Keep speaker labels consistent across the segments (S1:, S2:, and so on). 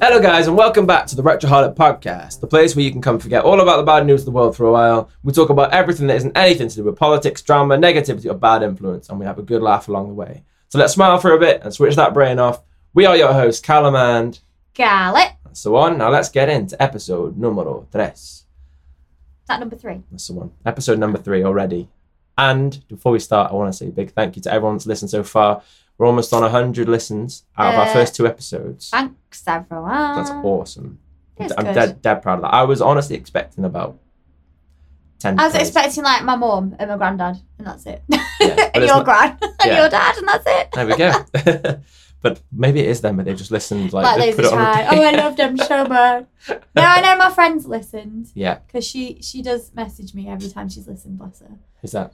S1: Hello, guys, and welcome back to the Retroholic Podcast, the place where you can come forget all about the bad news of the world for a while. We talk about everything that isn't anything to do with politics, drama, negativity, or bad influence, and we have a good laugh along the way. So let's smile for a bit and switch that brain off. We are your hosts, Callum and
S2: Garlic.
S1: so on. Now let's get into episode numero tres.
S2: That number three.
S1: That's the one. Episode number three already. And before we start, I want to say a big thank you to everyone that's listened so far. We're almost on 100 listens out of our
S2: Uh,
S1: first two episodes.
S2: Thanks, everyone.
S1: That's awesome.
S2: It's
S1: I'm
S2: Ah. good.
S1: dead, dead proud of that. I was honestly expecting about 10
S2: I was
S1: plays.
S2: expecting like my mum and my granddad, and that's it.
S1: but
S2: and
S1: it's
S2: your
S1: not-
S2: gran and
S1: yeah.
S2: your dad, and that's it.
S1: There we go. but maybe it is them, but they just listened like,
S2: Like,
S1: they
S2: those
S1: put it on
S2: retired.
S1: repeat.
S2: Oh, I love them so much. No, I know my friends listened
S1: Yeah,
S2: because she she does message me every time she's listened. Bless her.
S1: is that?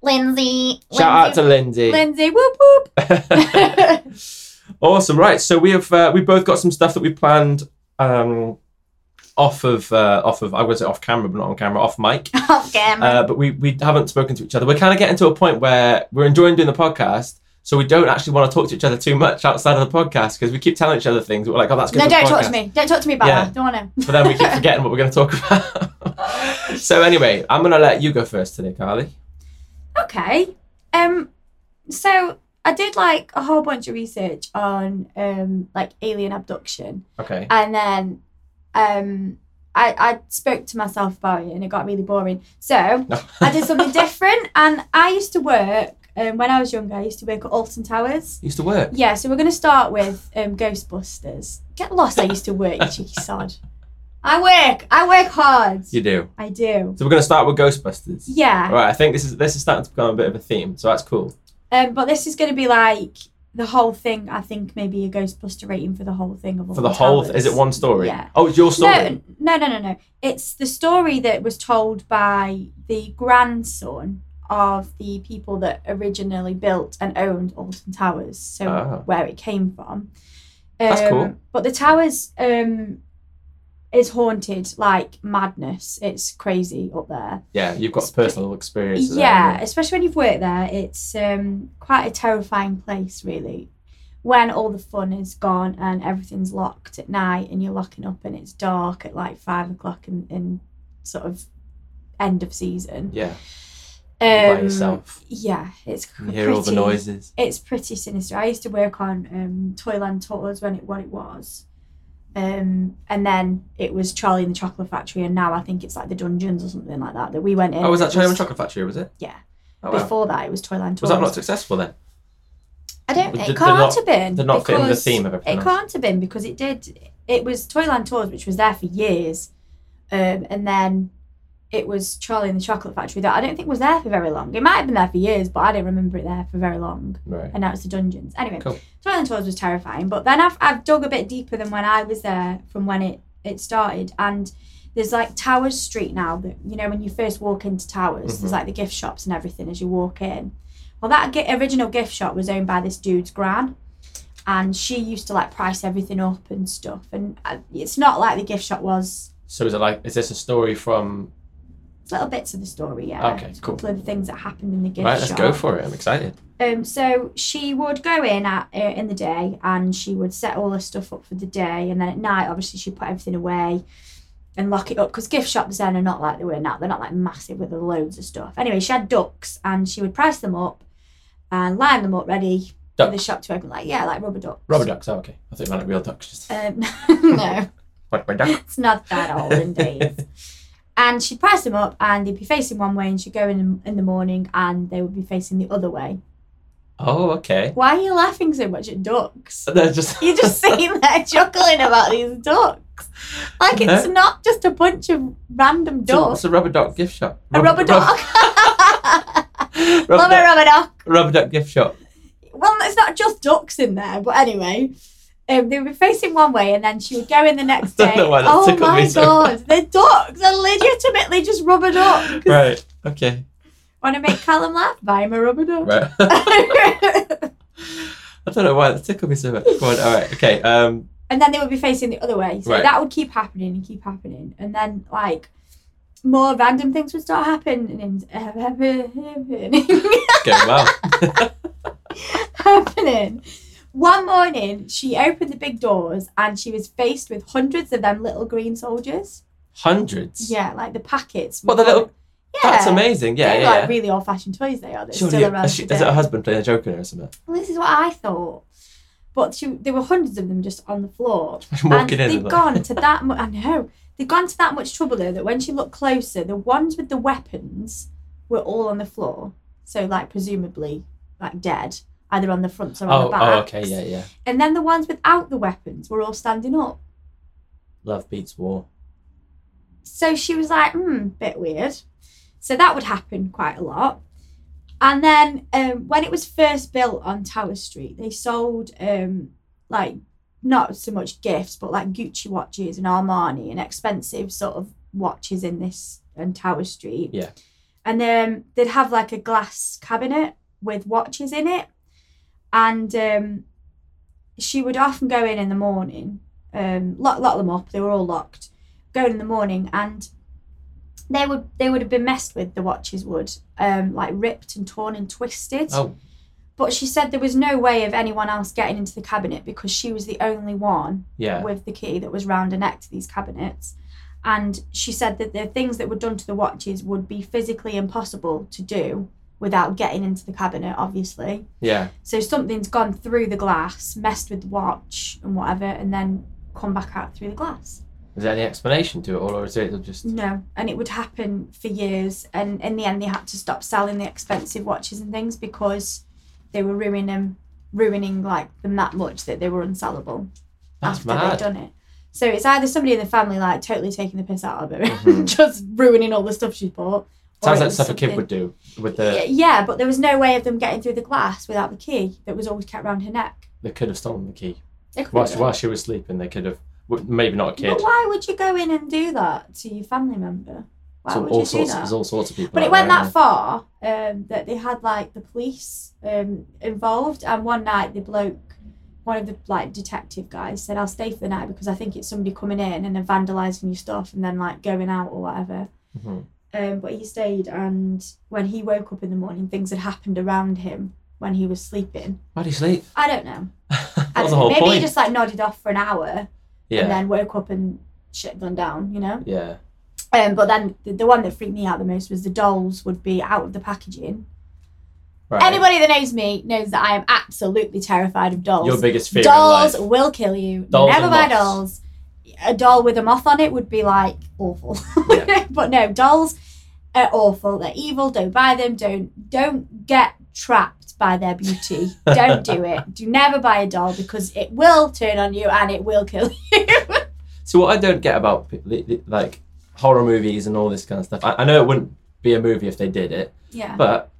S2: Lindsay.
S1: Shout out to Lindsay.
S2: Lindsay. Whoop whoop.
S1: awesome. Right. So we have uh, we both got some stuff that we planned um, off of uh, off of I was off camera, but not on camera, off mic.
S2: okay.
S1: Uh, but we we haven't spoken to each other. We're kind of getting to a point where we're enjoying doing the podcast. So we don't actually want to talk to each other too much outside of the podcast because we keep telling each other things. We're like, oh, that's good.
S2: no,
S1: for the
S2: don't talk
S1: podcast."
S2: to me. Don't talk to me about
S1: Yeah.
S2: that. Don't want to.
S1: But then we keep forgetting what we're going to talk about. so anyway, I'm going to let you go first today, Carly.
S2: Okay. Um so I did like a whole bunch of research on um like alien abduction
S1: Okay.
S2: and then um I, I spoke to myself about it and it got really boring. So
S1: No.
S2: I did something different and I used to work um, when I was younger, I used to work at Alton Towers.
S1: Used to work.
S2: Yeah, so we're gonna start with um, Ghostbusters. Get lost, I used to work, you cheeky sod. I work, I work hard.
S1: You do.
S2: I do.
S1: So we're going to start with Ghostbusters.
S2: Yeah.
S1: All right, I think this is this is starting to become a bit of a theme, so that's cool.
S2: Um, but this is going to be like the whole thing. I think maybe a Ghostbuster rating for the whole thing of
S1: For the whole,
S2: Towers.
S1: th- is it one story?
S2: Yeah.
S1: Oh, it's your story.
S2: No, no, no, no, no. It's the story that was told by the grandson of the people that originally built and owned Alton Towers, so
S1: Ah.
S2: where it came from. Um,
S1: That's cool.
S2: But the towers um, is haunted like madness. It's crazy up there.
S1: Yeah, you've got personal experience. of that,
S2: Yeah,
S1: haven't
S2: especially when you've worked there, it's um, quite a terrifying place, really. When all the fun is gone and everything's locked at night, and you're locking up, and it's dark at like five o'clock in, in sort of end of
S1: you?
S2: season.
S1: Yeah.
S2: Um,
S1: by yourself.
S2: Yeah, it's
S1: You hear all the
S2: pretty-
S1: noises.
S2: It's pretty sinister. I used to work on um, Toyland Tours when it what it was, um, and then it was Charlie and the Chocolate Factory, and now I think it's like the dungeons or something like that that we went in.
S1: Oh, was that
S2: It
S1: Charlie and the Chocolate Factory? Was it?
S2: Yeah.
S1: Oh, wow.
S2: Before that, it was Toyland Tours.
S1: Was that not successful then?
S2: I don't.
S1: But
S2: It
S1: they're
S2: can't
S1: not-
S2: have been.
S1: they're not fitting the
S2: because
S1: theme of everything
S2: It
S1: else.
S2: can't have been because it did. It was Toyland Tours, which was there for years, um, and then it was Charlie and the Chocolate Factory that I don't think was there for very long. It might have been there for years, but I don't remember it there for very long.
S1: Right.
S2: And now it's the dungeons. Anyway,
S1: Cool.
S2: Toyland Tours was terrifying, but then I've I've dug a bit deeper than when I was there from when it it started and. There's like Towers Street now that you know when you first walk into Towers,
S1: Mhm.
S2: there's like the gift shops and everything as you walk in. Well, that gi- original gift shop was owned by this dude's gran, and she used to like price everything up and stuff. And uh, it's not like the gift shop was
S1: So is it like? Is this a story from?
S2: little bits of the story, yeah.
S1: Okay,
S2: It's a
S1: cool.
S2: couple of things that happened in the gift
S1: right.
S2: shop.
S1: Let's go for it. I'm excited.
S2: Um, so she would go in at uh, in the day and she would set all her stuff up for the day, and then at night, obviously, she'd put everything away and lock it up because gift shops then are not like they were now. They're not like massive with loads of stuff. Anyway, she had ducks and she would price them up and line them up ready for the
S1: Ducks.
S2: shop to open. Like yeah, like rubber ducks.
S1: Rubber ducks. Oh, okay. I thought you meant like real ducks. Just
S2: Um, no,
S1: like my duck.
S2: it's not that old indeed. and she'd price them up and they'd be facing one way, and she'd go in in the morning and they would be facing the other way.
S1: Oh, okay.
S2: Why are you laughing so much at ducks?
S1: So they're just.
S2: You're just sitting there chuckling about these ducks. Like
S1: No.
S2: it's not just a bunch of random
S1: So
S2: ducks.
S1: What's a rubber duck gift shop?
S2: A rubber duck.
S1: Rubber,
S2: Love a
S1: duck,
S2: rubber duck.
S1: rubber duck gift shop.
S2: Well, it's not just ducks in there, but anyway. Um, they would be facing one way and then she would go in the next day.
S1: Don't know why that
S2: oh
S1: tickled me
S2: my
S1: so
S2: god, they're ducks. They're legitimately just rubber ducks.
S1: Right. Okay.
S2: Want to make Callum laugh? Buy him a rubber duck.
S1: Right. I don't know why that tickled me so much. Come on. All right. Okay. Um.
S2: and then they would be facing the other way. So
S1: Right.
S2: that would keep happening and keep happening. And then like more random things would start happening and happening,
S1: Okay. Wow.
S2: happening. One morning, she opened the big doors and she was faced with hundreds of them little green soldiers.
S1: Hundreds.
S2: Yeah, like the packets.
S1: What, the little-
S2: Yeah.
S1: That's amazing. Yeah,
S2: They're
S1: yeah.
S2: like
S1: yeah.
S2: really old-fashioned toys. They are. They're
S1: Surely,
S2: still
S1: a-
S2: around.
S1: is, she- is
S2: today.
S1: her husband playing a joke in her or something?
S2: Well, this is what I thought. But she, there were hundreds of them just on the floor. and
S1: Walking in.
S2: they'd
S1: and like-
S2: gone to that much. I know they'd gone to that much trouble though that when she looked closer, the ones with the weapons were all on the floor. So like presumably like dead, either on the fronts or on
S1: Oh,
S2: the
S1: oh,
S2: backs.
S1: okay, yeah, yeah.
S2: And then the ones without the weapons were all standing up.
S1: Love beats war.
S2: So she was like, hmm, bit weird. So that would happen quite a lot. And then um, when it was first built on Tower Street, they sold um, like not so much gifts, but like Gucci watches and Armani and expensive sort of watches in this on Tower Street.
S1: Yeah.
S2: And then they'd have like a glass cabinet with watches in it. And um, she would often go in in the morning, um, lock, lock them up, they were all locked, go in the morning and they would they would have been messed with the watches would um like ripped and torn and twisted
S1: Oh,
S2: but she said there was no way of anyone else getting into the cabinet because she was the only one
S1: yeah.
S2: with the key that was round her neck to these cabinets. And she said that the things that were done to the watches would be physically impossible to do without getting into the cabinet, obviously.
S1: Yeah.
S2: So something's gone through the glass, messed with the watch and whatever, and then come back out through the glass.
S1: Is there any explanation to it, or is it just
S2: No, and it would happen for years. And in the end, they had to stop selling the expensive watches and things because they were ruining them, ruining like them that much that they were unsellable
S1: that's
S2: after
S1: mad?
S2: they'd done it. So it's either somebody in the family like totally taking the piss out of her,
S1: Mhm.
S2: just ruining all the stuff she bought. or
S1: Sounds
S2: it
S1: like
S2: was
S1: stuff a kid
S2: something-
S1: would do with
S2: Y-
S1: the
S2: yeah, but there was no way of them getting through the glass without the key that was always kept round her neck.
S1: they could have stolen the key
S2: They couldn't
S1: while
S2: do
S1: she,
S2: it.
S1: while she was sleeping. They could have well, maybe not a kid.
S2: But why would you go in and do that to your family member? Why
S1: So
S2: would
S1: all
S2: you
S1: sorts.
S2: do that?
S1: There's all sorts of people.
S2: But it
S1: out
S2: went
S1: there,
S2: that far um, that they had like the police um, involved, and one night the bloke, one of the like detective guys, said, "I'll stay for the night because I think it's somebody coming in and then vandalising your stuff and then like going out or whatever."
S1: Mhm.
S2: Um, but he stayed, and when he woke up in the morning, things had happened around him when he was sleeping.
S1: Why do you sleep?
S2: I don't know.
S1: that
S2: I
S1: was the
S2: don't know.
S1: whole
S2: Maybe he
S1: point.
S2: just like nodded off for an hour
S1: yeah.
S2: and then woke up and shit gone down, you know.
S1: yeah.
S2: Um, but then the, the one that freaked me out the most was the dolls would be out of the packaging.
S1: Right.
S2: Anybody that knows me knows that I am absolutely terrified of dolls.
S1: Your biggest fear
S2: dolls
S1: in life.
S2: will kill you.
S1: Dolls
S2: Never
S1: and
S2: buy
S1: moths.
S2: dolls. A doll with a moth on it would be like awful.
S1: Yeah.
S2: but no, dolls are awful. They're evil. Don't buy them. Don't don't get trapped by their beauty. don't do it. Do never buy a doll because it will turn on you and it will kill you.
S1: So what I don't get about pe- li- li- like horror movies and all this kind of stuff. I, I know it wouldn't be a movie if they did it,
S2: Yeah.
S1: but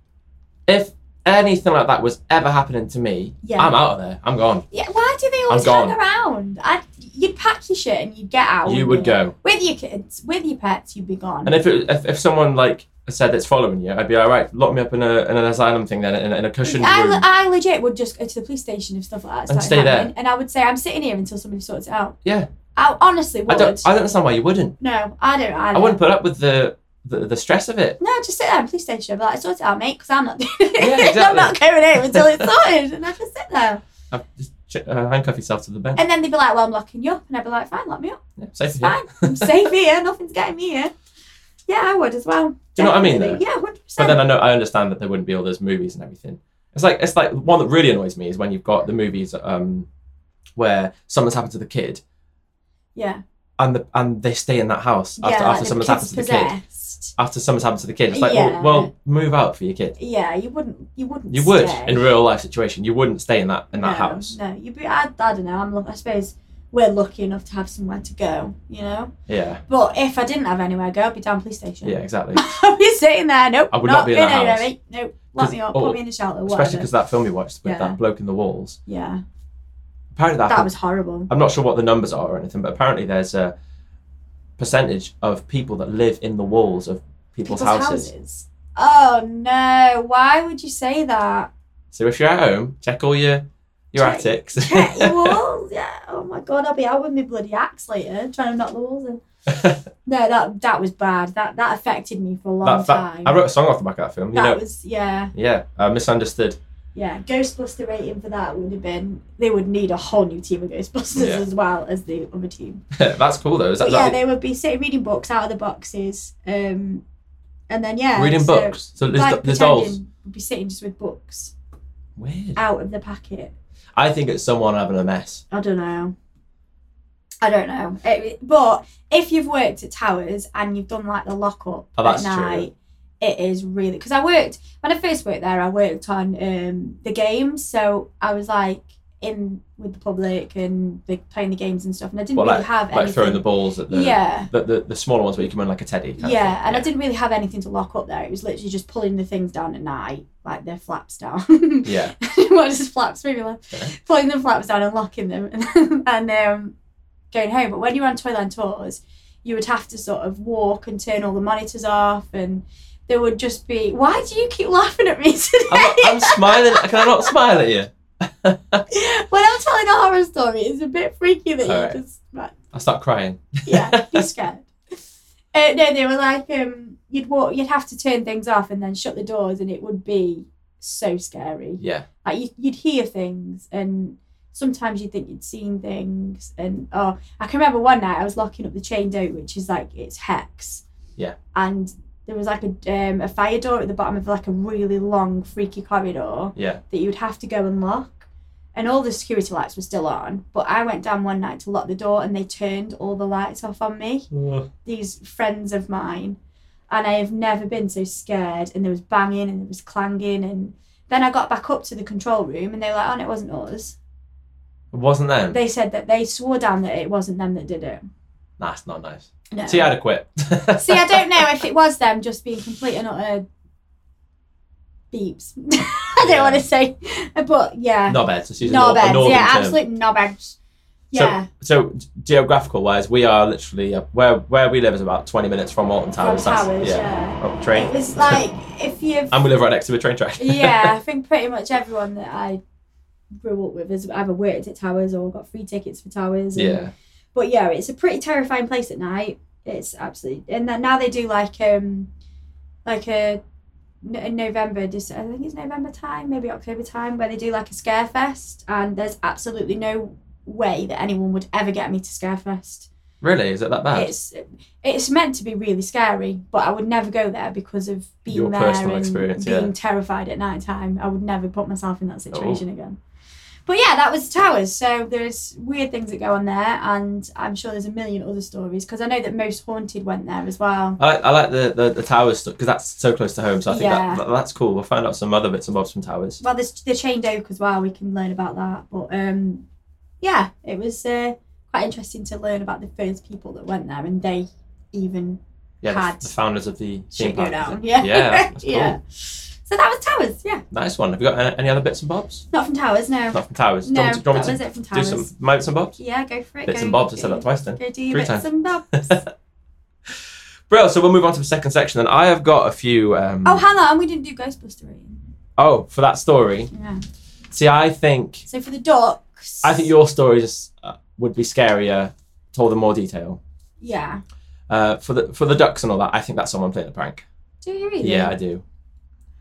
S1: if anything like that was ever happening to me,
S2: Yeah.
S1: I'm out of there. I'm gone.
S2: yeah. Why do they always
S1: gone.
S2: hang around? I'd, you'd pack your shit and you'd get out.
S1: you would
S2: wouldn't
S1: go.
S2: with your kids, with your pets. You'd be gone.
S1: And if, it, if if someone like said it's following you, I'd be all right. Lock me up in a in an asylum thing then in, a- in a cushioned
S2: I,
S1: room.
S2: I legit would just go to the police station if stuff like that
S1: And
S2: started
S1: stay there.
S2: happening, and I would say I'm sitting here until somebody sorts it out.
S1: Yeah.
S2: I honestly
S1: I
S2: would.
S1: don't I don't understand why you wouldn't.
S2: no, I don't. I,
S1: I wouldn't put up with the the, the stress of it.
S2: No, just sit there in the police station. I'd be like, sort it out, mate, because I'm not doing it.
S1: Yeah,
S2: I'm not
S1: exactly.
S2: going in until it's sorted, and I just sit there.
S1: i just ch- uh, handcuff yourself to the bed.
S2: And then they'd be like, well, I'm locking you up, and I'd be like, fine, lock me up.
S1: Yeah, safe
S2: It's
S1: as you.
S2: fine. I'm safe here. Nothing's getting me here. Yeah, I would as well.
S1: you know what I mean,
S2: Definitely. Yeah, hundred
S1: But
S2: percent.
S1: then I know I understand that there wouldn't be all those movies and everything. It's like it's like one that really annoys me is when you've got the movies um, where something's happened to the kid
S2: Yeah,
S1: and the and they stay in that house
S2: yeah.
S1: after,
S2: like
S1: after
S2: the
S1: something's
S2: kids
S1: happened to the kid.
S2: possessed.
S1: After something's happened to the kid, it's like
S2: Yeah.
S1: well, well, move out for your kid.
S2: Yeah, you wouldn't. You wouldn't.
S1: You would
S2: stay.
S1: in real life situation. You wouldn't stay in that in that
S2: no,
S1: house.
S2: No, you. Be, I, I don't know. I'm. lu- I suppose we're lucky enough to have somewhere to go. You know.
S1: Yeah,
S2: But if I didn't have anywhere to go, I'd be down police station.
S1: yeah, exactly.
S2: I'd be sitting there. Nope.
S1: I would not be in
S2: going
S1: that
S2: anywhere,
S1: house.
S2: mate. Nope. Lock me
S1: 'Cause-
S2: up.
S1: oh,
S2: put me in a shelter.
S1: Especially
S2: Whatever.
S1: because that film we watched with
S2: Yeah.
S1: that bloke in the walls.
S2: yeah,
S1: Apparently that,
S2: that
S1: happened.
S2: was horrible.
S1: I'm not sure what the numbers are or anything, but apparently there's a percentage of people that live in the walls of people's, houses.
S2: Oh no! Why would you say that?
S1: So if you're at home, check all your your
S2: Check-
S1: attics.
S2: Check your walls. Yeah. Oh my god! I'll be out with my bloody axe later, trying to knock the walls in. No, that that was bad. That that affected me for a long
S1: That- that-
S2: time.
S1: I wrote a song off the back of that film. You
S2: that
S1: know,
S2: was yeah.
S1: yeah, uh, misunderstood.
S2: Yeah, Ghostbuster rating for that would have been they would need a whole new team of Ghostbusters
S1: Yeah.
S2: as well as the other team.
S1: That's cool though. Is that
S2: But yeah,
S1: like
S2: they would be sitting reading books out of the boxes, um, and then yeah,
S1: reading
S2: so,
S1: books? So there's,
S2: Like
S1: there's
S2: pretending
S1: dolls.
S2: Would be sitting just with books
S1: Weird.
S2: out of the packet.
S1: I think it's someone having a mess.
S2: I don't know. I don't know. It- but if you've worked at Towers and you've done like the lock up
S1: Oh, that's
S2: at
S1: true.
S2: night, it is really because I worked when I first worked there. I worked on um, the games, so I was like in with the public and the, playing the games and stuff. And I didn't
S1: Well,
S2: really have
S1: Like throwing the
S2: anything.
S1: balls at the
S2: yeah,
S1: the, the, the smaller ones where you come in like a teddy. Kind
S2: yeah, and I
S1: of thing.
S2: didn't really have anything to lock up there. It was literally just pulling the things down at night, like their flaps down.
S1: yeah.
S2: what is flaps really like
S1: Yeah.
S2: pulling the flaps down and locking them and, and um, going home but when you were on toyland tours you would have to sort of walk and turn all the monitors off and there would just be why do you keep laughing at me today
S1: I'm, not- I'm smiling. Can I not smile at you?
S2: when i'm telling a horror story it's a bit freaky that
S1: Alright.
S2: you just right,
S1: I start crying.
S2: yeah you're scared uh, no they were like um, you'd walk you'd have to turn things off and then shut the doors and it would be so scary
S1: Yeah.
S2: like you, you'd hear things and sometimes you think you'd seen things and oh i can remember one night i was locking up the chain out which is like it's hex
S1: Yeah.
S2: and there was like a, um, a fire door at the bottom of like a really long freaky corridor
S1: Yeah.
S2: that you'd have to go and lock and all the security lights were still on but i went down one night to lock the door and they turned all the lights off on me these friends of mine and I have never been so scared and there was banging and there was clanging and then I got back up to the control room and they were like, oh, no, it wasn't us.
S1: It wasn't them.
S2: They said that they swore down that it wasn't them that did it.
S1: Nah, it's not nice.
S2: No.
S1: See, I'd have quit.
S2: See, I don't know if it was them just being complete and utter beeps. I don't
S1: Yeah.
S2: want to say, but yeah.
S1: Knobheads. Let's use a nor- a
S2: Knobheads.
S1: northern
S2: yeah,
S1: term.
S2: absolute knobheads. Yeah.
S1: So g- geographical wise, we are literally uh, where where we live is about twenty minutes from Alton
S2: from
S1: Towers. That's-
S2: towers, yeah.
S1: Oh, train.
S2: It was like, if you've
S1: and we live right next to a train track.
S2: yeah, I think pretty much everyone that I grew up with has either worked at Towers or got free tickets for Towers. and-
S1: yeah.
S2: But yeah, it's a pretty terrifying place at night. It's absolutely, and then now they do like um, like a n- in November, Dec- I think it's November time, maybe October time, where they do like a scare fest, and there's absolutely no way that anyone would ever get me to Scarefest.
S1: Really? Is it that bad?
S2: It's it's meant to be really scary, but I would never go there because of being
S1: Your
S2: there
S1: personal
S2: and
S1: experience,
S2: being
S1: yeah. Oh.
S2: terrified at night time. I would never put myself in that situation again. But yeah, that was towers. So there's weird things that go on there, and I'm sure there's a million other stories because I know that most haunted went there as well.
S1: I like, I like the, the, the towers stuff because that's so close to home. So I think
S2: Yeah.
S1: that, that- that's cool. We'll find out some other bits and bobs from towers.
S2: Well, there's the chained oak as well. We can learn about that. But um, yeah, it was uh, quite interesting to learn about the first people that went there, and they even
S1: Yeah, the-
S2: Had
S1: the, founders of the theme
S2: shit go
S1: park.
S2: down. Yeah,
S1: Yeah, that's cool.
S2: yeah. So that was towers. Yeah,
S1: Nice one. Have you got any, any other bits and bobs?
S2: not from towers. No.
S1: Not from towers. Do you
S2: No,
S1: want me to- do you
S2: that
S1: want me
S2: was it from
S1: to do
S2: Towers.
S1: some bits and bobs?
S2: Yeah, go for it.
S1: Bits
S2: go,
S1: and bobs. I
S2: Go,
S1: said that twice then.
S2: Go do your
S1: Three
S2: bits
S1: times.
S2: and bobs.
S1: Bro, so we'll move on to the second section. And I have got a few. Um,
S2: oh, hang on, we didn't do Ghostbuster rating.
S1: oh, for that story.
S2: Yeah.
S1: See, I think
S2: So for the ducks.
S1: I think your story just uh, would be scarier told in more detail.
S2: Yeah.
S1: Uh, for the for the ducks and all that, I think that's someone playing a prank.
S2: Do you really?
S1: Yeah, I do.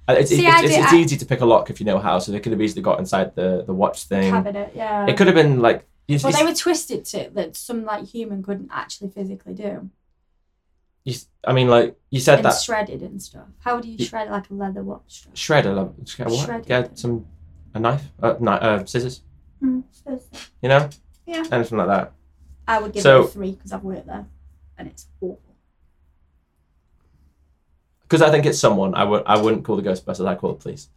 S1: Uh, It's, it's,
S2: See, I
S1: it's,
S2: do-
S1: it's
S2: I-
S1: easy to pick a lock if you know how, so they could have easily got inside the, the watch thing.
S2: Cabinet. Yeah.
S1: It could have been like. You,
S2: well,
S1: you-
S2: they were twisted to that some like human couldn't actually physically do,
S1: you- I mean, like, you said
S2: and
S1: that.
S2: shredded and stuff. How would you
S1: You-
S2: shred like a leather watch? strap?
S1: Shredder. Like, sh- what?
S2: Shredded.
S1: Yeah, some. A knife? Uh, ni- uh, scissors? You know?
S2: Yeah.
S1: Anything like that.
S2: I would give
S1: So-
S2: it a three because I've worked there, and it's awful.
S1: Because I think it's someone. I, would, I wouldn't call the Ghostbusters, I'd call the police.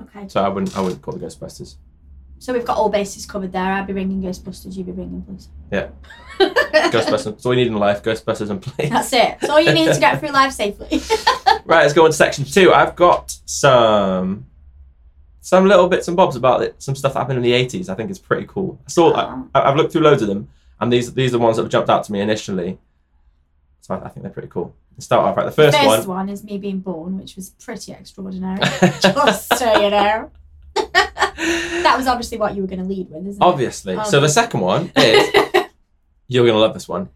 S2: Okay.
S1: So I wouldn't, I wouldn't call the Ghostbusters.
S2: So we've got all bases covered there. I'd be ringing Ghostbusters. You'd be ringing police.
S1: Yeah.
S2: Ghostbusters.
S1: Ghostbusters. That's all you need in life Ghostbusters and police.
S2: That's it. That's all you need to get through life safely.
S1: Right, let's go on to section two. I've got some some little bits and bobs about it, some stuff that happened in the eighties. I think is pretty cool. I saw I,
S2: Oh.
S1: I've looked through loads of them, and these these are the ones that have jumped out to me initially. So I, I think they're pretty cool. Let's start off right. The first,
S2: First
S1: one.
S2: one is me being born, which was pretty extraordinary. Just so you know. that was obviously what you were going to lead with, isn't
S1: Obviously. So
S2: Okay.
S1: the second one is
S2: it?
S1: you're gonna love this one.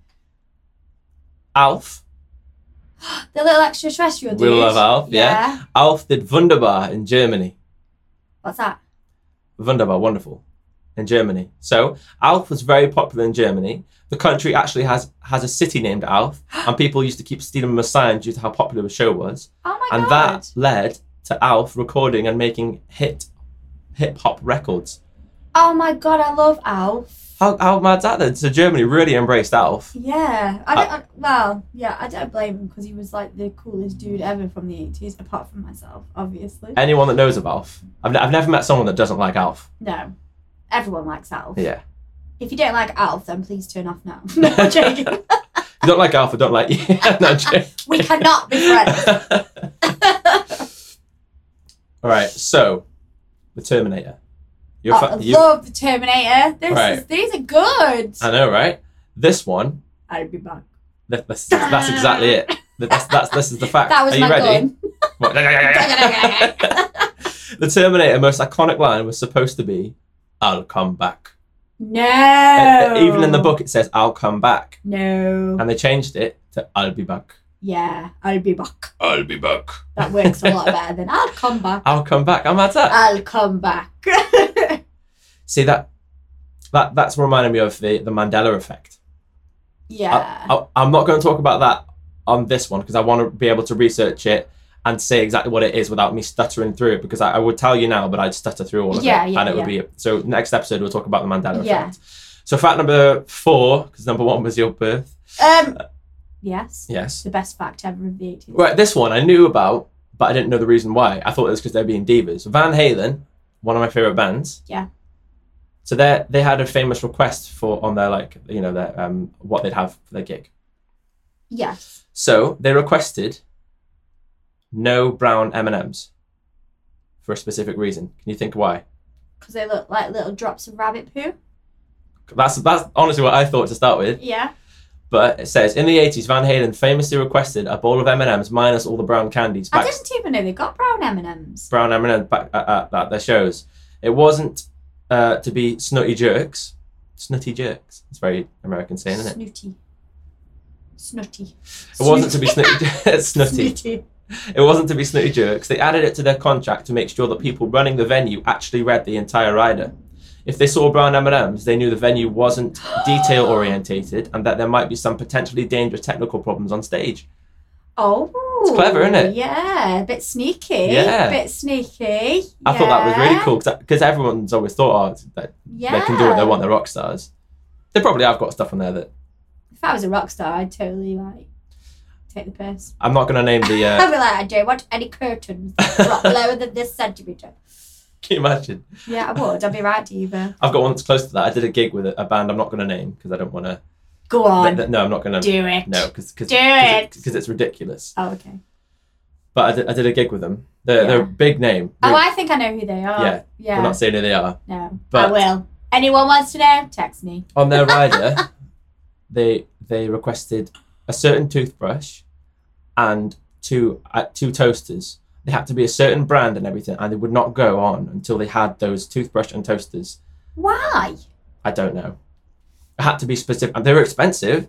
S1: Alf
S2: The little extraterrestrial dude.
S1: We love Alf, yeah. Alf did Wunderbar in Germany.
S2: What's that?
S1: Wunderbar, wonderful, in Germany. So Alf was very popular in Germany. The country actually has has a city named Alf, and people used to keep stealing a sign due to how popular the show was.
S2: Oh my
S1: and
S2: god.
S1: that led to Alf recording and making hit hip hop records.
S2: Oh my god, I love Alf.
S1: How how mad's that then? So Germany really embraced Alf.
S2: Yeah, I don't.
S1: Uh,
S2: well, yeah, I don't blame him because he was like the coolest dude ever from the eighties, apart from myself, obviously.
S1: Anyone that knows of Alf, I've, ne- I've never met someone that doesn't like Alf.
S2: no, everyone likes Alf.
S1: Yeah,
S2: If you don't like Alf, then please turn off now. no, I'm joking.
S1: If you don't like Alf, I don't like you. no, I'm joking.
S2: we cannot be friends.
S1: All right, so the Terminator. You're
S2: I
S1: fa- you-
S2: love the Terminator. This is,
S1: Right. Uh,
S2: these are good.
S1: I know, right? This one.
S2: I'll be back.
S1: th- That's, that's exactly it. Th- That's, that's, this is the fact.
S2: That was
S1: uh, Are you
S2: my
S1: ready? Uh,
S2: gun.
S1: What? the Terminator most iconic line was supposed to be, "I'll come back."
S2: No.
S1: Uh,
S2: Oh.
S1: Even in the book, it says, "I'll come back,"
S2: No.
S1: and they changed it to, "I'll be back."
S2: yeah, I'll be back.
S1: I'll be back.
S2: That works a lot better than I'll come back.
S1: I'll come back. I'm at that.
S2: I'll come back.
S1: See that? That that's reminding me of the the Mandela effect.
S2: yeah.
S1: I, I, am not going to talk about that on this one because I want to be able to research it and say exactly what it is without me stuttering through it because I, I would tell you now, but I'd stutter through all of
S2: Yeah,
S1: it.
S2: yeah,
S1: and it
S2: yeah.
S1: would be. So, next episode, we'll talk about the Mandela
S2: Yeah.
S1: effect. So, fact number four, because number one was your birth.
S2: Um.
S1: Uh,
S2: Yes.
S1: Yes.
S2: The best fact ever of the 80s.
S1: Right, this one I knew about, but I didn't know the reason why. I thought it was because they're being divas. Van Halen, one of my favorite bands.
S2: Yeah.
S1: So they they had a famous request for on their like you know their um what they'd have for their gig.
S2: Yes.
S1: So they requested no brown M and M's for a specific reason. Can you think why?
S2: Because they look like little drops of rabbit poo.
S1: That's that's honestly what I thought to start with.
S2: Yeah.
S1: But it says in the eighties, Van Halen famously requested a bowl of M and M's minus all the brown candies.
S2: I
S1: Back
S2: didn't even know they got brown M&Ms.
S1: brown M and M's back at, at, at their shows. It wasn't uh, to be snotty jerks. Snotty jerks. It's very American saying, isn't it?
S2: Snooty. Snooty.
S1: It wasn't to be snotty. snotty.
S2: Snooty.
S1: It wasn't to be snooty jerks. They added it to their contract to make sure that people running the venue actually read the entire rider. If they saw brown M&Ms, they knew the venue wasn't detail orientated and that there might be some potentially dangerous technical problems on stage.
S2: Oh.
S1: It's clever, isn't it?
S2: Yeah. A bit sneaky.
S1: Yeah.
S2: bit sneaky.
S1: I thought that was really
S2: Yeah.
S1: cool because everyone's always thought, oh, that
S2: Yeah.
S1: they can do what they want, they're rock stars. They probably have got stuff on there that
S2: If I was a rock star, I'd totally like take the piss.
S1: I'm not going to name the. Uh,
S2: I'd be like, I don't want any curtains drop lower than this centimetre.
S1: can you imagine?
S2: Yeah, I would. I'd be right, Diva.
S1: I've got one that's close to that. I did a gig with a, a band I'm not going to name because I don't want to.
S2: Go on.
S1: No, I'm not going to.
S2: do it.
S1: um, No, because
S2: Do it.
S1: it's ridiculous.
S2: Oh, okay.
S1: but I did, I did a gig with them. They're, they're
S2: Yeah.
S1: a big name.
S2: Oh,
S1: We're-
S2: I think I know who they are.
S1: Yeah,
S2: Yeah.
S1: We're not saying who they are.
S2: no.
S1: but-
S2: I will. Anyone wants to know? Text me.
S1: On their rider, they they requested a certain toothbrush and two uh, two toasters. They had to be a certain brand and everything, and they would not go on until they had those toothbrush and toasters.
S2: Why?
S1: I don't know. It had to be specific, and they were expensive.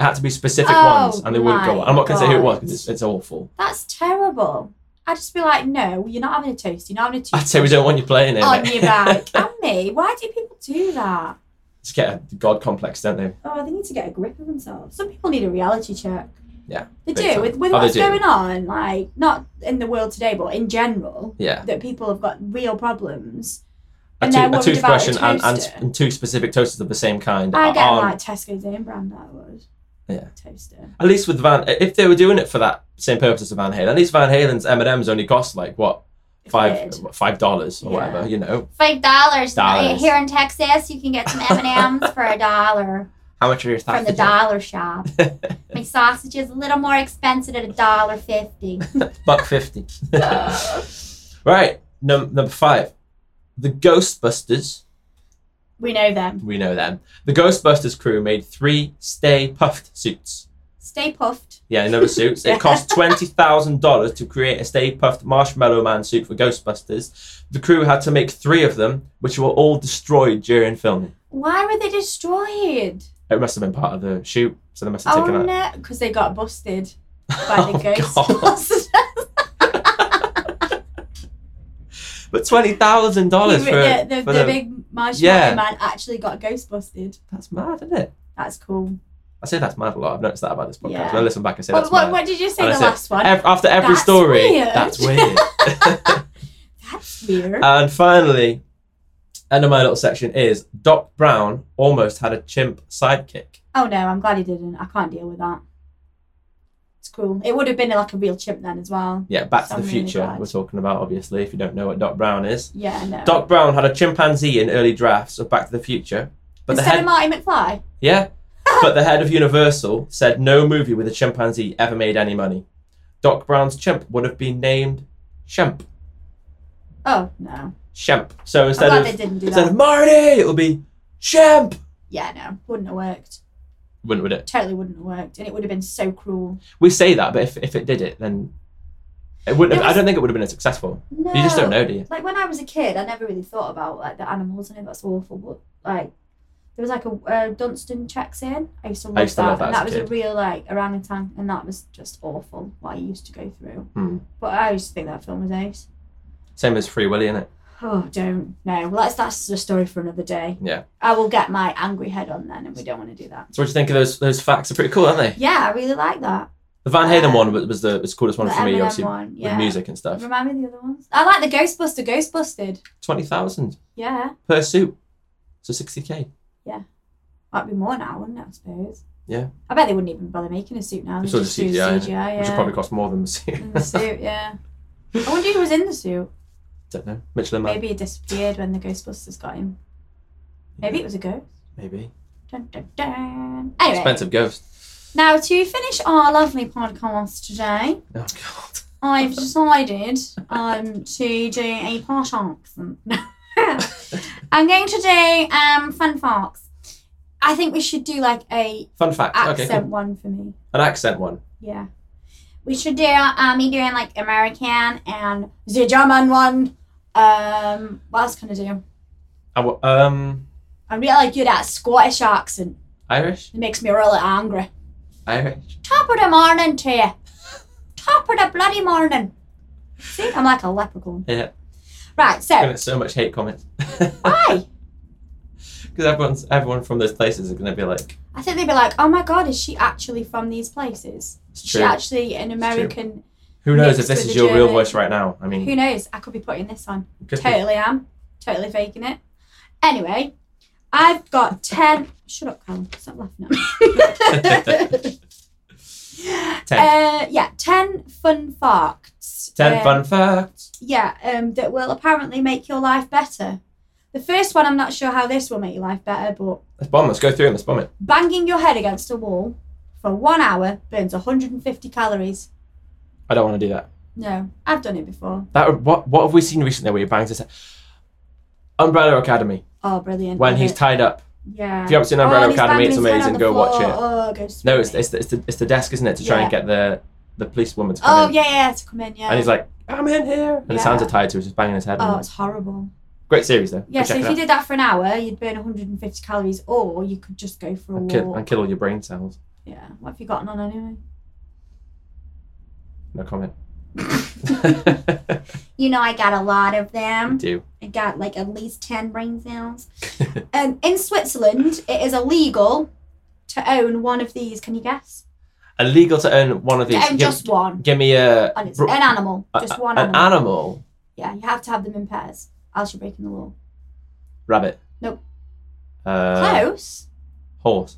S1: It had to be specific
S2: Oh,
S1: ones, and they wouldn't go
S2: my
S1: on. I'm not going to say who it was
S2: God.
S1: because it's, it's awful.
S2: That's terrible. I'd just be like, no, you're not having a toast. You're not having a
S1: I'd
S2: toast.
S1: say we don't want you playing it.
S2: on your back. Oh, and me. Why do people do that?
S1: Just get a god complex, don't they?
S2: Oh, they need to get a grip of themselves. Some people need a reality check.
S1: Yeah,
S2: They
S1: big
S2: do.
S1: time.
S2: With, with
S1: Oh, they
S2: what's
S1: do.
S2: going on, like, not in the world today, but in general,
S1: Yeah.
S2: that people have got real problems.
S1: a,
S2: And
S1: two,
S2: they're
S1: a
S2: worried
S1: toothbrush and,
S2: about a
S1: and, and,
S2: toaster.
S1: and two specific toasters of the same kind.
S2: I get
S1: aren't-
S2: like Tesco's own brand that would.
S1: Yeah.
S2: Toaster.
S1: At least with Van, if they were doing it for that same purpose as Van Halen, at least Van Halen's M and M's only cost like what five
S2: Quid.
S1: what, five dollars or
S2: Yeah.
S1: whatever, you know.
S2: Five dollars.
S1: Dollars.
S2: Here in Texas, you can get some M&Ms for a dollar
S1: How much are your
S2: from the dollar shop. My sausage is a little more expensive at a dollar fifty.
S1: Buck fifty. right, num- number five, the Ghostbusters.
S2: we know them.
S1: We know them. The Ghostbusters crew made three Stay Puffed suits.
S2: Stay puffed.
S1: Yeah, another suits.
S2: Yeah.
S1: It cost twenty thousand dollars to create a Stay Puffed Marshmallow Man suit for Ghostbusters. The crew had to make three of them, which were all destroyed during filming.
S2: Why were they destroyed?
S1: It must have been part of the shoot, so they must have
S2: Oh
S1: taken that.
S2: no, because they got busted. by the
S1: Oh, God.
S2: ghost.
S1: But twenty thousand dollars for,
S2: the, the,
S1: for
S2: the
S1: the-
S2: big marshmallow
S1: Yeah.
S2: man actually got ghost busted.
S1: that's mad, isn't it?
S2: That's cool.
S1: I say that's mad a lot. I've noticed that about this podcast.
S2: Yeah.
S1: When I listen back, I say
S2: What,
S1: that's
S2: what,
S1: mad.
S2: what did you say
S1: And I
S2: the
S1: said,
S2: last one?
S1: Ev- after every
S2: That's
S1: story,
S2: weird.
S1: that's weird.
S2: That's weird.
S1: and finally, end of my little section is Doc Brown almost had a chimp sidekick.
S2: oh no, I'm glad he didn't. I can't deal with that. It's cruel. It would have been like a real chimp then as well.
S1: Yeah, Back to
S2: I'm
S1: the
S2: really
S1: Future.
S2: glad.
S1: we're talking about obviously. If you don't know what Doc Brown is,
S2: Yeah, no.
S1: Doc Brown had a chimpanzee in early drafts of Back to the Future, but the
S2: Instead
S1: head
S2: of Marty McFly.
S1: Yeah. but the head of Universal said no movie with a chimpanzee ever made any money. Doc Brown's chimp would have been named Shemp.
S2: Oh no.
S1: Shemp. So
S2: I'm
S1: instead
S2: glad they
S1: of
S2: didn't do
S1: instead
S2: that.
S1: of Marty, it'll be Shemp.
S2: yeah, no. Wouldn't have worked.
S1: Wouldn't would it?
S2: Totally wouldn't have worked. And it would have been so cruel.
S1: We say that, but if, if it did it, then it wouldn't.
S2: It
S1: have, I
S2: was-
S1: don't think it would have been as successful.
S2: No.
S1: You just don't know, do you?
S2: Like when I was a kid, I never really thought about like the animals. I know that's awful, but like there was like a uh, Dunstan checks in. I used to love
S1: I used to
S2: that,
S1: love that
S2: and
S1: as
S2: that
S1: a
S2: was a
S1: kid.
S2: real like orangutan, and that was just awful what I used to go through.
S1: Hmm.
S2: But I used to think that film was ace.
S1: Same as Free Willy, innit?
S2: Oh, don't no. Well, that's that's a story for another day.
S1: Yeah.
S2: I will get my angry head on then, and we don't want to do that.
S1: So what do you think of those? Those facts are pretty cool, aren't they?
S2: Yeah, I really like that.
S1: The Van Halen
S2: Um,
S1: one was, was the was the coolest one
S2: the
S1: for me,
S2: Eminem
S1: obviously
S2: one, yeah.
S1: with music and stuff.
S2: Remind me of the other ones. I like the Ghostbuster, Ghostbusted.
S1: Twenty thousand
S2: Yeah,
S1: per suit, so sixty k.
S2: might be more now, wouldn't it? I suppose.
S1: Yeah.
S2: I bet they wouldn't even bother making a suit now. They
S1: It's all
S2: just
S1: just
S2: do
S1: CGI,
S2: CGI.
S1: isn't it?
S2: yeah.
S1: Which would probably cost more than the suit.
S2: in the suit, yeah. I wonder who was in the suit.
S1: don't know. Michelin Man.
S2: Maybe he disappeared when the Ghostbusters got him. Maybe it was a ghost.
S1: Maybe.
S2: Dun, dun, dun. Anyway,
S1: Expensive ghost.
S2: now to finish our lovely podcast today,
S1: Oh god.
S2: I've decided um to do a part accent. I'm going to do um fun facts. I think we should do like a
S1: Fun fact.
S2: accent
S1: Okay, cool.
S2: one for me.
S1: An accent one.
S2: Yeah. We should do uh, me doing like American and the German one. Um, what else can I do?
S1: I w- um
S2: I'm really good at Scottish accent.
S1: Irish?
S2: It makes me really angry.
S1: Irish.
S2: Top of the morning to you. Top of the bloody morning. See, I'm like a leprechaun.
S1: Yeah.
S2: Right,
S1: I'm
S2: so
S1: gonna get so much hate comments.
S2: hi.
S1: Because everyone's everyone from those places is gonna be like,
S2: I think they'd be like, "Oh my God, is she actually from these places?
S1: it's
S2: Is she
S1: true.
S2: actually an
S1: true.
S2: American?
S1: Who knows if
S2: mixed
S1: this is
S2: with the
S1: your real
S2: German.
S1: voice right now? I mean
S2: Who knows? I could be putting this on."
S1: could be.
S2: Totally am. Totally faking it. Anyway, I've got 10. Shut up, Callum. Stop laughing at me.
S1: ten.
S2: uh, yeah, 10 fun facts.
S1: ten
S2: um,
S1: fun facts.
S2: Yeah, um, that will apparently make your life better. The first one, I'm not sure how this will make your life better, but
S1: Let's bomb, let's go through them, let's bomb it.
S2: banging your head against a wall for one hour burns 150 calories.
S1: I don't wanna do that.
S2: No, I've done it before.
S1: That would- what what have we seen recently where he bangs his head? Umbrella Academy.
S2: Oh, brilliant.
S1: When
S2: Love
S1: he's
S2: it.
S1: tied up.
S2: yeah.
S1: If you haven't seen Umbrella
S2: Oh, and he's
S1: Academy,
S2: banging
S1: it's
S2: his head on
S1: amazing.
S2: the
S1: Go watch
S2: floor.
S1: it.
S2: Oh, go
S1: No, it's
S2: swimming.
S1: it's the, it's the, it's the desk, isn't it, to try and
S2: Yeah.
S1: get the the policewoman to come
S2: Oh
S1: in.
S2: yeah, yeah, to come in, yeah.
S1: And he's like, I'm in here. And his
S2: Yeah.
S1: hands are tied to him, just banging his head. on
S2: oh,
S1: it.
S2: it's horrible.
S1: Great series though.
S2: Yeah,
S1: Go
S2: so
S1: check
S2: if
S1: it
S2: you
S1: out.
S2: did that for an hour, you'd burn 150 calories, or you could just go for a
S1: and
S2: walk.
S1: kill, and kill all your brain cells.
S2: Yeah, what have you gotten on anyway?
S1: No comment.
S2: You know, I got a lot of
S1: We
S2: them.
S1: do.
S2: I got like at least 10 brain cells. um, in Switzerland, it is illegal to own one of these. Can you guess?
S1: Illegal to own one of these.
S2: To own
S1: give,
S2: just one.
S1: give me a.
S2: On its,
S1: bro-
S2: an animal.
S1: a-
S2: Just
S1: a-
S2: one
S1: An
S2: animal.
S1: animal.
S2: Yeah, you have to have them in pairs, else you're breaking the law.
S1: Rabbit.
S2: Nope.
S1: Uh,
S2: Close.
S1: Horse.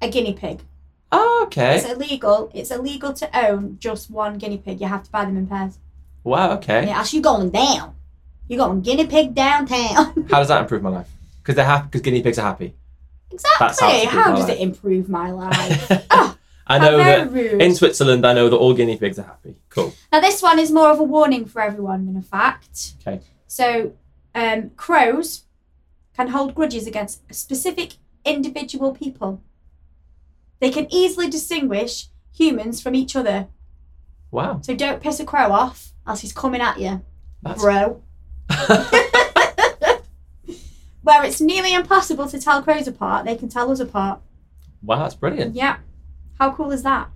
S2: A guinea pig.
S1: Oh, okay.
S2: It's illegal. It's illegal to own just one guinea pig. You have to buy them in pairs.
S1: Wow. Okay.
S2: Yeah, else you going down. You going guinea pig downtown.
S1: How does that improve my life? Because they're happy. Because guinea pigs are happy. That's how
S2: exactly.
S1: it's improved
S2: How
S1: my
S2: does
S1: life.
S2: it improve my life?
S1: I
S2: How
S1: know
S2: very
S1: that
S2: rude.
S1: in Switzerland. I know that all guinea pigs are happy. Cool.
S2: now this one is more of a warning for everyone than a fact.
S1: Okay.
S2: So, um, crows can hold grudges against specific individual people. They can easily distinguish humans from each other.
S1: Wow.
S2: So don't piss a crow off, else he's coming at you,
S1: That's
S2: bro. Where it's nearly impossible to tell crows apart, they can tell us apart.
S1: wow. That's brilliant.
S2: Yeah. How cool is that?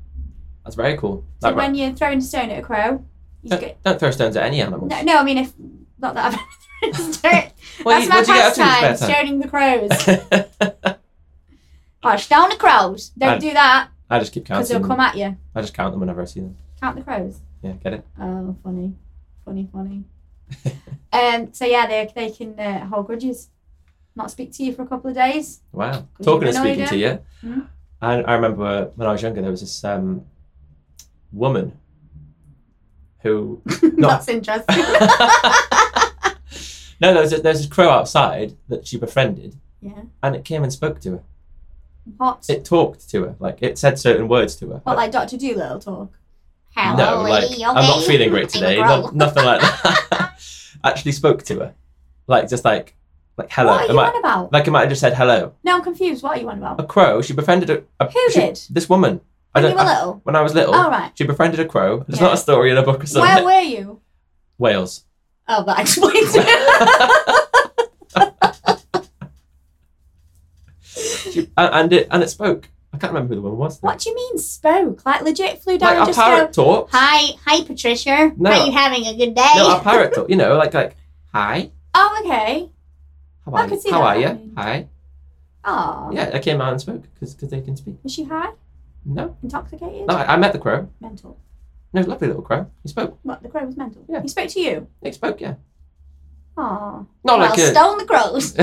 S1: That's very cool.
S2: So
S1: That
S2: when you're throwing a stone at a crow, you
S1: ra-
S2: go,
S1: don't, don't throw stones at any animals.
S2: no, no, I mean if not that I've thrown a stone.
S1: What do
S2: That's
S1: you-
S2: my
S1: what do you get up to in your
S2: pastime,
S1: spare time?
S2: stoning the crows. oh, stone the crows. Don't
S1: And-
S2: do that
S1: I just keep counting.
S2: because
S1: them.
S2: they'll come at you.
S1: I just count them whenever I see them.
S2: Count the crows.
S1: Yeah, get it?
S2: Oh, funny, funny, funny. um. So yeah, they they can uh, hold grudges, not speak to you for a couple of days.
S1: Wow.
S2: Good
S1: Talking and
S2: humanoid,
S1: speaking to you.
S2: Hmm?
S1: I, I remember when I was younger, there was this um, woman who. No.
S2: That's interesting.
S1: no, there was, a, there was this crow outside that she befriended,
S2: yeah.
S1: and it came and spoke to her.
S2: What?
S1: It talked to her, like it said certain words to her.
S2: What like Doctor Doolittle talk?
S1: no, like I'm not feeling great today. No, nothing like that. Actually, spoke to her, like just like like hello.
S2: What are
S1: It
S2: you
S1: might-
S2: on about?
S1: like it might have just said hello.
S2: No, I'm confused. What are you on about?
S1: A crow. She befriended a, a
S2: Who
S1: she-
S2: did?
S1: this woman. I
S2: When
S1: don't.
S2: you were
S1: I-
S2: little.
S1: when I was little,
S2: All right.
S1: she befriended a crow. It's
S2: Yeah.
S1: not a story in a book or something.
S2: Where were you?
S1: Wales.
S2: Oh, that explains it.
S1: She- and, and it and it spoke. I can't remember who the woman was. now.
S2: What do you mean spoke? Like legit flew down
S1: Like
S2: and
S1: a
S2: just
S1: parrot
S2: go.
S1: talks.
S2: Hi, hi, Patricia.
S1: No.
S2: Are you having a good day?
S1: No, a parrot talk. You know, like like hi.
S2: oh, okay.
S1: How
S2: I
S1: are you?
S2: could see
S1: How
S2: that
S1: are you?
S2: happening.
S1: Hi.
S2: Oh.
S1: Yeah, I came out and spoke because they can speak.
S2: Was she high?
S1: No,
S2: Intoxicated?
S1: no, I, I met the crow.
S2: Mental.
S1: No, lovely little crow. He spoke.
S2: What? The crow was mental.
S1: Yeah.
S2: He spoke to you.
S1: He spoke. Yeah,
S2: Oh.
S1: not like a
S2: stone the crows.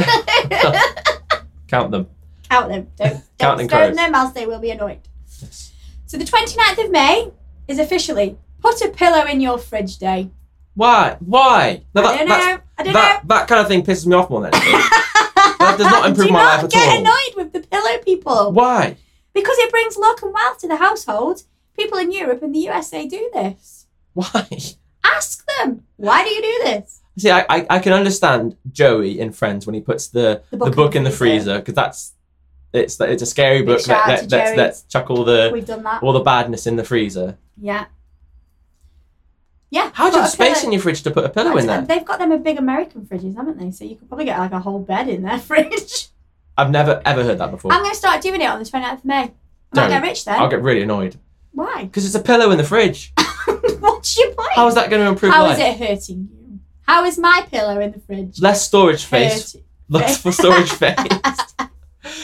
S1: count them.
S2: Count them. Don't, don't
S1: Counting
S2: stone
S1: crows.
S2: them, else they will be annoyed.
S1: Yes.
S2: So the 29th of May is officially put a pillow in your fridge day.
S1: Why? Why? No,
S2: I don't
S1: that's-
S2: know. I don't
S1: that that kind of thing pisses me off more than anything.
S2: know.
S1: that does not improve
S2: Do
S1: my
S2: not
S1: life at
S2: get
S1: all.
S2: annoyed with the pillow people
S1: Why?
S2: because it brings luck and wealth to the household. People in Europe and the USA do this.
S1: Why?
S2: Ask them why do you do this?
S1: See, I, I, I can understand Joey in Friends when he puts the, the book, in the freezer because that's it's the- it's a scary book.
S2: shout
S1: Let,
S2: out
S1: let,
S2: to
S1: us
S2: Joey.
S1: let's chuck all the
S2: We've done that.
S1: all the badness in the freezer.
S2: Yeah. Yeah.
S1: How do
S2: put
S1: you
S2: a
S1: have space in
S2: pillow-
S1: your fridge to put a pillow in there?
S2: They've got them a big American fridges, haven't they? So you could probably get like a whole bed in their fridge.
S1: I've never ever heard that before.
S2: I'm going to start doing it on the 29th of May. I might
S1: Don't.
S2: get rich then.
S1: I'll get really annoyed
S2: Why?
S1: because it's a pillow in the fridge.
S2: What's your point?
S1: How is that going to improve
S2: How
S1: life?
S2: is it hurting you? How is my pillow in the fridge?
S1: Less storage space
S2: Hurting-
S1: Lots for storage space.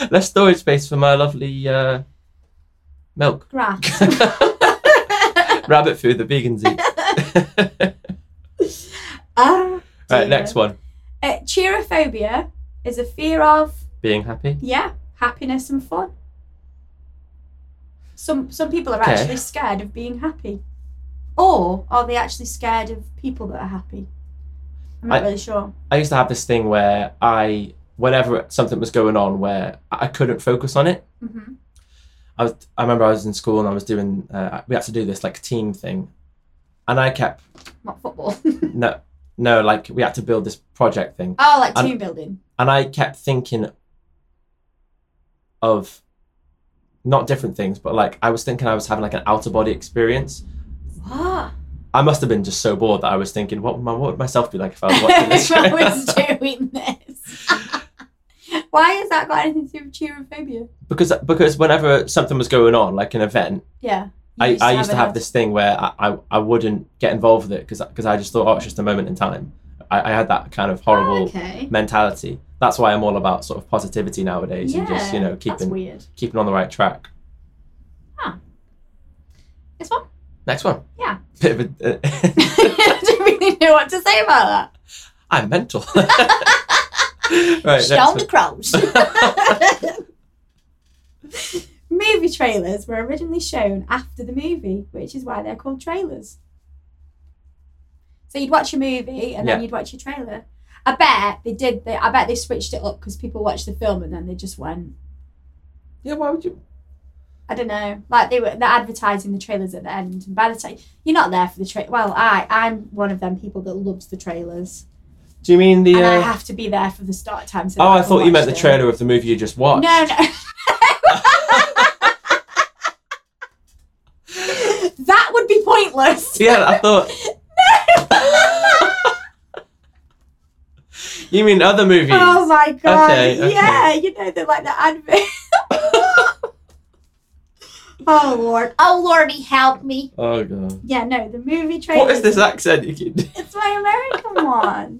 S1: Less storage space for my lovely uh, milk.
S2: Grass.
S1: Rabbit food, the vegans eat.
S2: Ah,
S1: right,
S2: dear.
S1: next one.
S2: Uh, cheerophobia is a fear of,
S1: Being happy.
S2: yeah, happiness and fun. Some some people are
S1: Okay.
S2: actually scared of being happy, or are they actually scared of people that are happy? I'm not
S1: I-
S2: really sure.
S1: I used to have this thing where I, whenever something was going on where I I couldn't focus on it,
S2: hmm
S1: I was, I remember I was in school and I was doing, uh, we had to do this like team thing. And I kept,
S2: Not football.
S1: no, no, like we had to build this project thing.
S2: oh, like
S1: And-
S2: team building.
S1: and I kept thinking of not different things, but like I was thinking I was having like an out of body experience.
S2: What?
S1: I must have been just so bored that I was thinking, what would, my, what would myself be like if I was watching this?
S2: If I was doing this. Why has that got anything to do with cheerophobia?
S1: because because whenever something was going on, like an event,
S2: Yeah.
S1: I, I used to have
S2: an-
S1: this thing where I, I, I wouldn't get involved with it because I just thought, oh, it's just a moment in time. I, I had that kind of horrible
S2: Ah, Okay.
S1: mentality. That's why I'm all about sort of positivity nowadays and just, you know,
S2: That's
S1: keeping
S2: weird.
S1: keeping on the right track.
S2: This one.
S1: Next one.
S2: Yeah.
S1: Bit of a, uh,
S2: I don't really know what to say about
S1: I'm mental. right,
S2: that.
S1: next
S2: Stone the
S1: one.
S2: crows. Movie trailers were originally shown after the movie, which is why they're called trailers. So you'd watch a movie and
S1: Yeah.
S2: then you'd watch a trailer. I bet they did. They, I bet they switched it up because people watched the film and then they just went.
S1: Yeah, why would you?
S2: I don't know. Like they were they're advertising the trailers at the end, and by the time you're not there for the trailer. Well, I I'm one of them people that loves the trailers,
S1: Do you mean the?
S2: and I
S1: Uh...
S2: have to be there for the start time. So
S1: Oh,
S2: that
S1: I
S2: can
S1: thought you
S2: watch
S1: meant the
S2: them.
S1: trailer of the movie you just
S2: No,
S1: watched.
S2: no. that would be pointless.
S1: Yeah, I thought. you mean other movies?
S2: Oh my god!
S1: Okay, okay.
S2: Yeah, you know they're like the advert. Oh Lord. Oh Lordy, help me.
S1: Oh god.
S2: Yeah, no, the movie trailer.
S1: What is this accent you keep?
S2: It's my American one.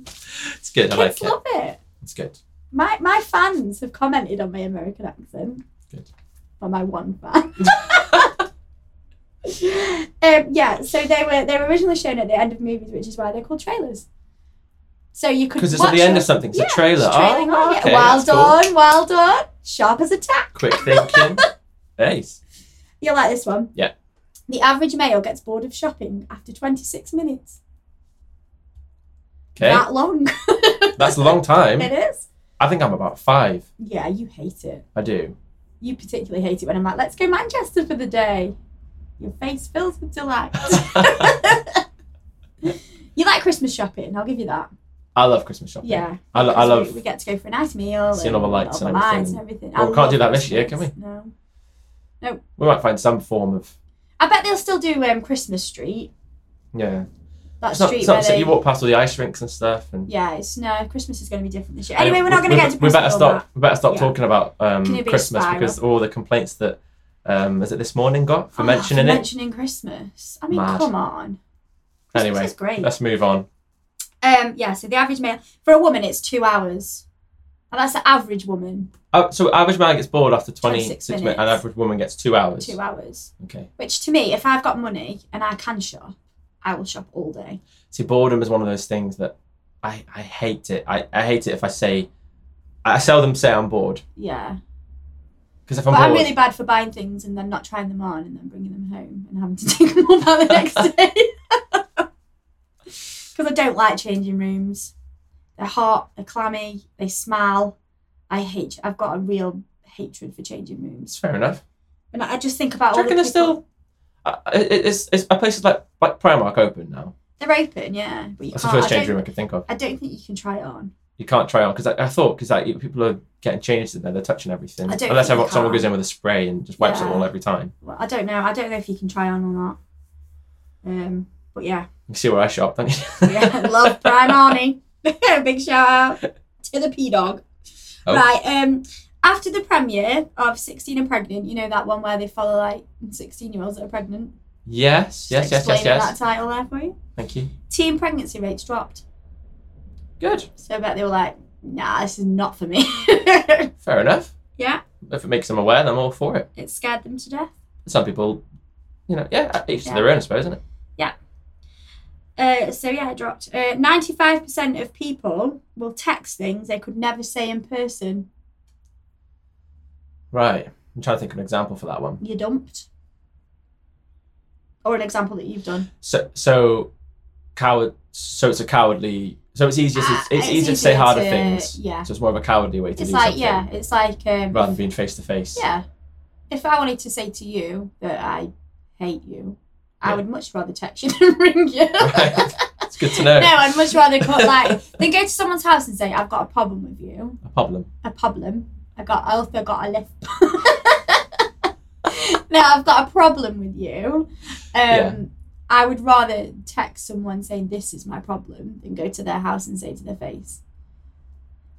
S1: It's good. I
S2: Kids
S1: like it.
S2: love it.
S1: It's good.
S2: My my fans have commented on my American accent.
S1: Good.
S2: Or my one fan. um, yeah, so they were they were originally shown at the end of movies, which is why they're called trailers. So you could
S1: Because it's at the
S2: watch
S1: end
S2: it.
S1: of something. It's
S2: yeah,
S1: a trailer.
S2: It's trailing
S1: oh,
S2: on, yeah.
S1: okay,
S2: well
S1: that's cool.
S2: done, well done. Sharp as a tack.
S1: Quick thinking. Ace.
S2: You like this one?
S1: Yeah.
S2: The average male gets bored of shopping after 26 minutes.
S1: Okay.
S2: That long.
S1: That's a long time.
S2: it is.
S1: I think I'm about five.
S2: Yeah, you hate it.
S1: I do.
S2: You particularly hate it when I'm like, let's go Manchester for the day. Your face fills with delight. you like Christmas shopping, I'll give you that.
S1: I love Christmas shopping.
S2: Yeah.
S1: I, lo- I
S2: because
S1: love.
S2: We, we get to go for a nice meal.
S1: Seeing all the lights and
S2: the
S1: everything.
S2: lights and everything.
S1: Well,
S2: I
S1: we can't do
S2: love
S1: that this year,
S2: Christmas.
S1: can
S2: No.
S1: We might find some form of.
S2: I bet they'll still do um, Christmas Street.
S1: Yeah.
S2: That
S1: It's not,
S2: street
S1: it's
S2: where
S1: not so
S2: they.
S1: you walk past all the ice rinks and stuff. And
S2: yeah, it's no. Christmas is going to be different this year. Anyway, we're not going to get to
S1: We better
S2: Christmas
S1: stop.
S2: all
S1: We better stop
S2: Yeah.
S1: talking about um,
S2: Can it be a
S1: Christmas
S2: spiral?
S1: because all the complaints that um, is it this morning got
S2: that.
S1: for
S2: Oh,
S1: mentioning
S2: for
S1: it.
S2: Mentioning Christmas. I mean,
S1: Mad.
S2: come on. Christmas
S1: Anyway,
S2: is great.
S1: let's move on.
S2: Um, yeah. So the average male for a woman, it's two hours, and that's the average woman,
S1: Uh, so average man gets bored after 26
S2: 26
S1: minutes,
S2: minutes.
S1: and average woman gets two hours.
S2: two hours.
S1: Okay.
S2: Which to me, if I've got money and I can shop, I will shop all day.
S1: See, boredom is one of those things that I, I hate it. I, I hate it if I say, I seldom say I'm bored
S2: Yeah.
S1: because if I'm
S2: but
S1: bored,
S2: I'm really bad for buying things and then not trying them on and then bringing them home and having to take them all back the next day. Because I don't like changing rooms. They're hot, they're clammy, they smell. I hate. I've got a real hatred for changing
S1: it's
S2: rooms,
S1: fair enough.
S2: and I just think about.
S1: Do you
S2: all
S1: reckon
S2: the
S1: there's still?
S2: people-
S1: Uh, it, it's, it's a place like like Primark open now.
S2: They're open, yeah, but you
S1: That's the
S2: can't.
S1: first
S2: I,
S1: change
S2: don't,
S1: room I could think of.
S2: I don't think you can try it on.
S1: You can't try on because I, I thought because like, people are getting changed in there, they're touching everything.
S2: I don't
S1: Unless
S2: think you
S1: everyone, someone
S2: can.
S1: goes in with a spray and just wipes it
S2: Yeah.
S1: all every time.
S2: Well, I don't know. I don't know if you can try on or not. Um, but yeah,
S1: You see where I shop, don't you?
S2: yeah, love Prime Arnie. Big shout out to the P Dog.
S1: Oh.
S2: Right. Um, after the premiere of Sixteen and Pregnant, you know that one where they follow like sixteen-year-olds that are pregnant.
S1: Yes,
S2: Just
S1: yes, yes, yes,
S2: explaining
S1: yes.
S2: That title there for you.
S1: Thank you.
S2: Teen pregnancy rates dropped,
S1: Good.
S2: so I bet they were like, "Nah, this is not for me."
S1: Fair enough.
S2: yeah,
S1: If it makes them aware, then I'm all for it.
S2: it scared them to death.
S1: Some people, you know, yeah, each to
S2: Yeah.
S1: their own, I suppose, isn't it?
S2: Uh, so yeah, it dropped. Uh, 95% of people will text things they could never say in person.
S1: Right. I'm trying to think of an example for that one.
S2: You're dumped. Or an example that you've done.
S1: So, so coward. So it's a cowardly. So it's easier. To,
S2: Ah,
S1: it's, easier to say
S2: easier
S1: harder
S2: to-
S1: things.
S2: yeah.
S1: So it's more of a cowardly way to
S2: It's
S1: do
S2: like,
S1: something
S2: yeah, it's like, um,
S1: rather than being face to face.
S2: yeah. If I wanted to say to you that I hate you, I
S1: Yeah.
S2: would much rather text you than ring you.
S1: Right. It's good to
S2: no,
S1: know.
S2: I'd much rather call, like, then go to someone's house and say, I've got a problem with you.
S1: A problem.
S2: a problem. I got I also got a lisp. now I've got a problem with you. Um,
S1: Yeah.
S2: I would rather text someone saying this is my problem than go to their house and say to their face.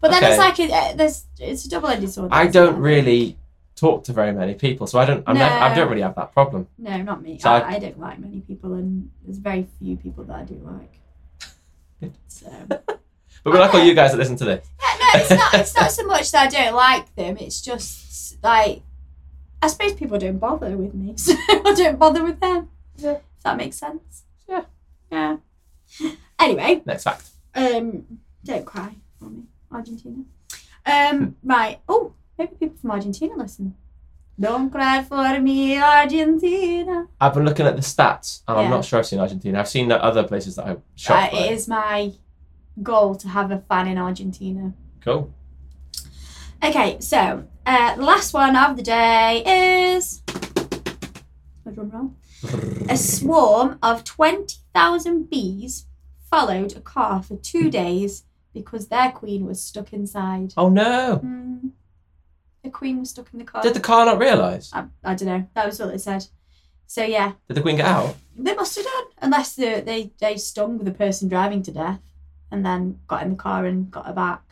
S2: But then it's
S1: Okay.
S2: like a, a, there's it's a double-edged sword.
S1: I
S2: isn't
S1: don't
S2: it?
S1: really talk to very many people, so I don't. I'm nev- I
S2: No.
S1: don't really have that problem.
S2: No, not me.
S1: So
S2: I, I don't like many people, and there's very few people that I do like. So yeah,
S1: But we're like all
S2: Okay.
S1: you guys that listen to this.
S2: no, it's not. It's not so much that I don't like them. It's just like I suppose people don't bother with me, so I don't bother with them.
S1: Yeah.
S2: If that makes sense.
S1: Yeah.
S2: Yeah. Anyway,
S1: Next fact.
S2: um, don't cry for me, Argentina.
S1: Hmm.
S2: Um, right. Oh, maybe people from Argentina listen. Don't cry for me, Argentina.
S1: I've been looking at the stats, and I'm
S2: Yeah.
S1: not sure I've seen Argentina. I've seen other places that I
S2: Uh,
S1: shot.
S2: it
S1: for.
S2: is my goal to have a fan in Argentina.
S1: Cool.
S2: Okay, so uh, the last one of the day is a drum roll. A swarm of twenty thousand bees followed a car for two days because their queen was stuck inside.
S1: Oh no!
S2: Hmm. The queen was stuck in the car.
S1: Did the car not realise?
S2: I, I don't know. That was what they said. So yeah,
S1: Did the queen get out?
S2: they must have done unless they they they stung the person driving to death and then got in the car and got her back.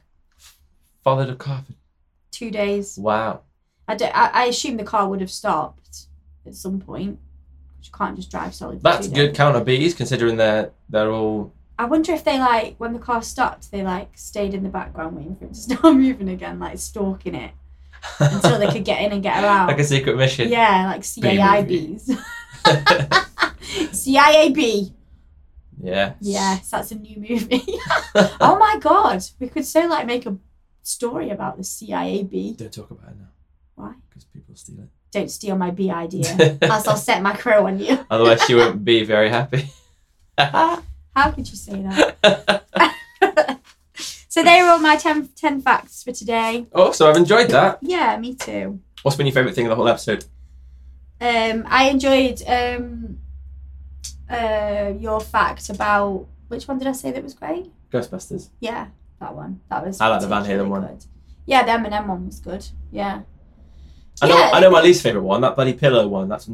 S1: Followed a car. for-
S2: Two days.
S1: Wow.
S2: I, don't, I, I assume the car would have stopped at some point. 'cause You can't just drive solid. for
S1: That's
S2: two
S1: good
S2: days.
S1: counter bees considering they're they're all
S2: I wonder if they like when the car stopped, they like stayed in the background waiting for it to start moving again, like stalking it until they could get in and get her out.
S1: like a secret mission.
S2: yeah, like CIA bees. CIA B.
S1: yeah.
S2: Yes, that's a new movie. oh my god, we could so like make a story about the CIA B.
S1: Don't talk about it now.
S2: Why?
S1: Because people steal
S2: Don't steal my B idea,
S1: it.
S2: else I'll set my crow on you.
S1: Otherwise, she wouldn't be very happy.
S2: How could you say that? so they were all my 10, 10 facts for today.
S1: also, Oh, I've enjoyed that.
S2: Yeah, me too.
S1: What's been your favourite thing of the whole episode?
S2: Um, I enjoyed um, uh, your fact about which one did I say that was great?
S1: Ghostbusters.
S2: Yeah, that one. That was.
S1: I like the Van Halen
S2: particularly
S1: one.
S2: good. Yeah, the Eminem one was good. Yeah,
S1: I know,
S2: Yeah.
S1: I know my least favourite one, that bloody pillow one. That's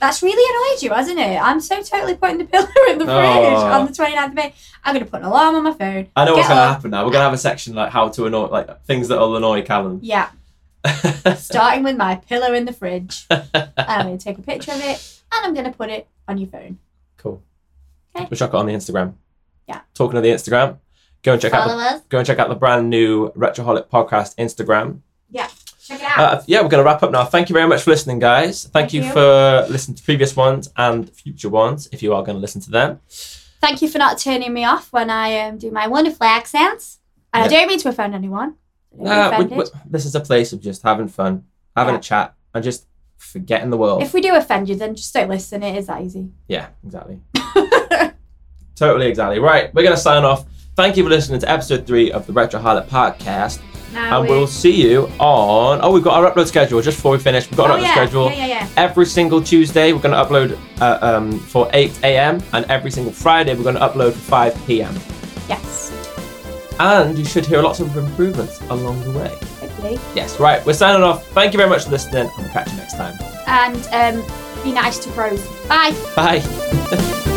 S2: that's really annoyed you, hasn't it? I'm so totally putting the pillow in the fridge
S1: Oh.
S2: on the 29th of May. I'm gonna put an alarm on my phone.
S1: I know what's
S2: Get
S1: going to
S2: up.
S1: happen now. We're going to have a section like how to annoy, like things that will annoy Callum.
S2: Yeah, starting with my pillow in the fridge. and I'm gonna take a picture of it and I'm gonna put it on your phone.
S1: cool.
S2: Okay.
S1: We'll chuck it on the Instagram.
S2: Yeah.
S1: Talking of the Instagram, go and check out the,
S2: Follow us.
S1: go and check out the brand new Retroholic podcast Instagram.
S2: Check it out.
S1: Uh, yeah, we're going to wrap up now. Thank you very much for listening, guys. Thank,
S2: Thank
S1: you,
S2: you.
S1: for listening to previous ones and future ones if you are going to listen to them.
S2: Thank you for not turning me off when I um, do my wonderful accents. And
S1: Yeah.
S2: I don't mean to offend anyone. Don't be
S1: Uh, we-
S2: offended.
S1: we- this is a place of just having fun, having
S2: Yeah.
S1: a chat, and just forgetting the world.
S2: if we do offend you, then just don't listen. It is that easy.
S1: yeah, exactly. totally, exactly. Right, we're going to sign off. Thank you for listening to episode three of the Retro Harlot podcast.
S2: Now
S1: and we'll see you on. Oh, we've got our upload schedule just before we finish. We've got
S2: oh,
S1: an upload
S2: yeah.
S1: schedule.
S2: Yeah, yeah, yeah.
S1: Every single Tuesday, we're going to upload uh, um, for 8 a.m., and every single Friday, we're going to upload for 5 p.m.
S2: Yes.
S1: and you should hear lots of improvements along the way.
S2: Hopefully.
S1: Yes, right, we're signing off. Thank you very much for listening, and we'll catch you next time.
S2: And um, be nice to bros. Bye.
S1: Bye.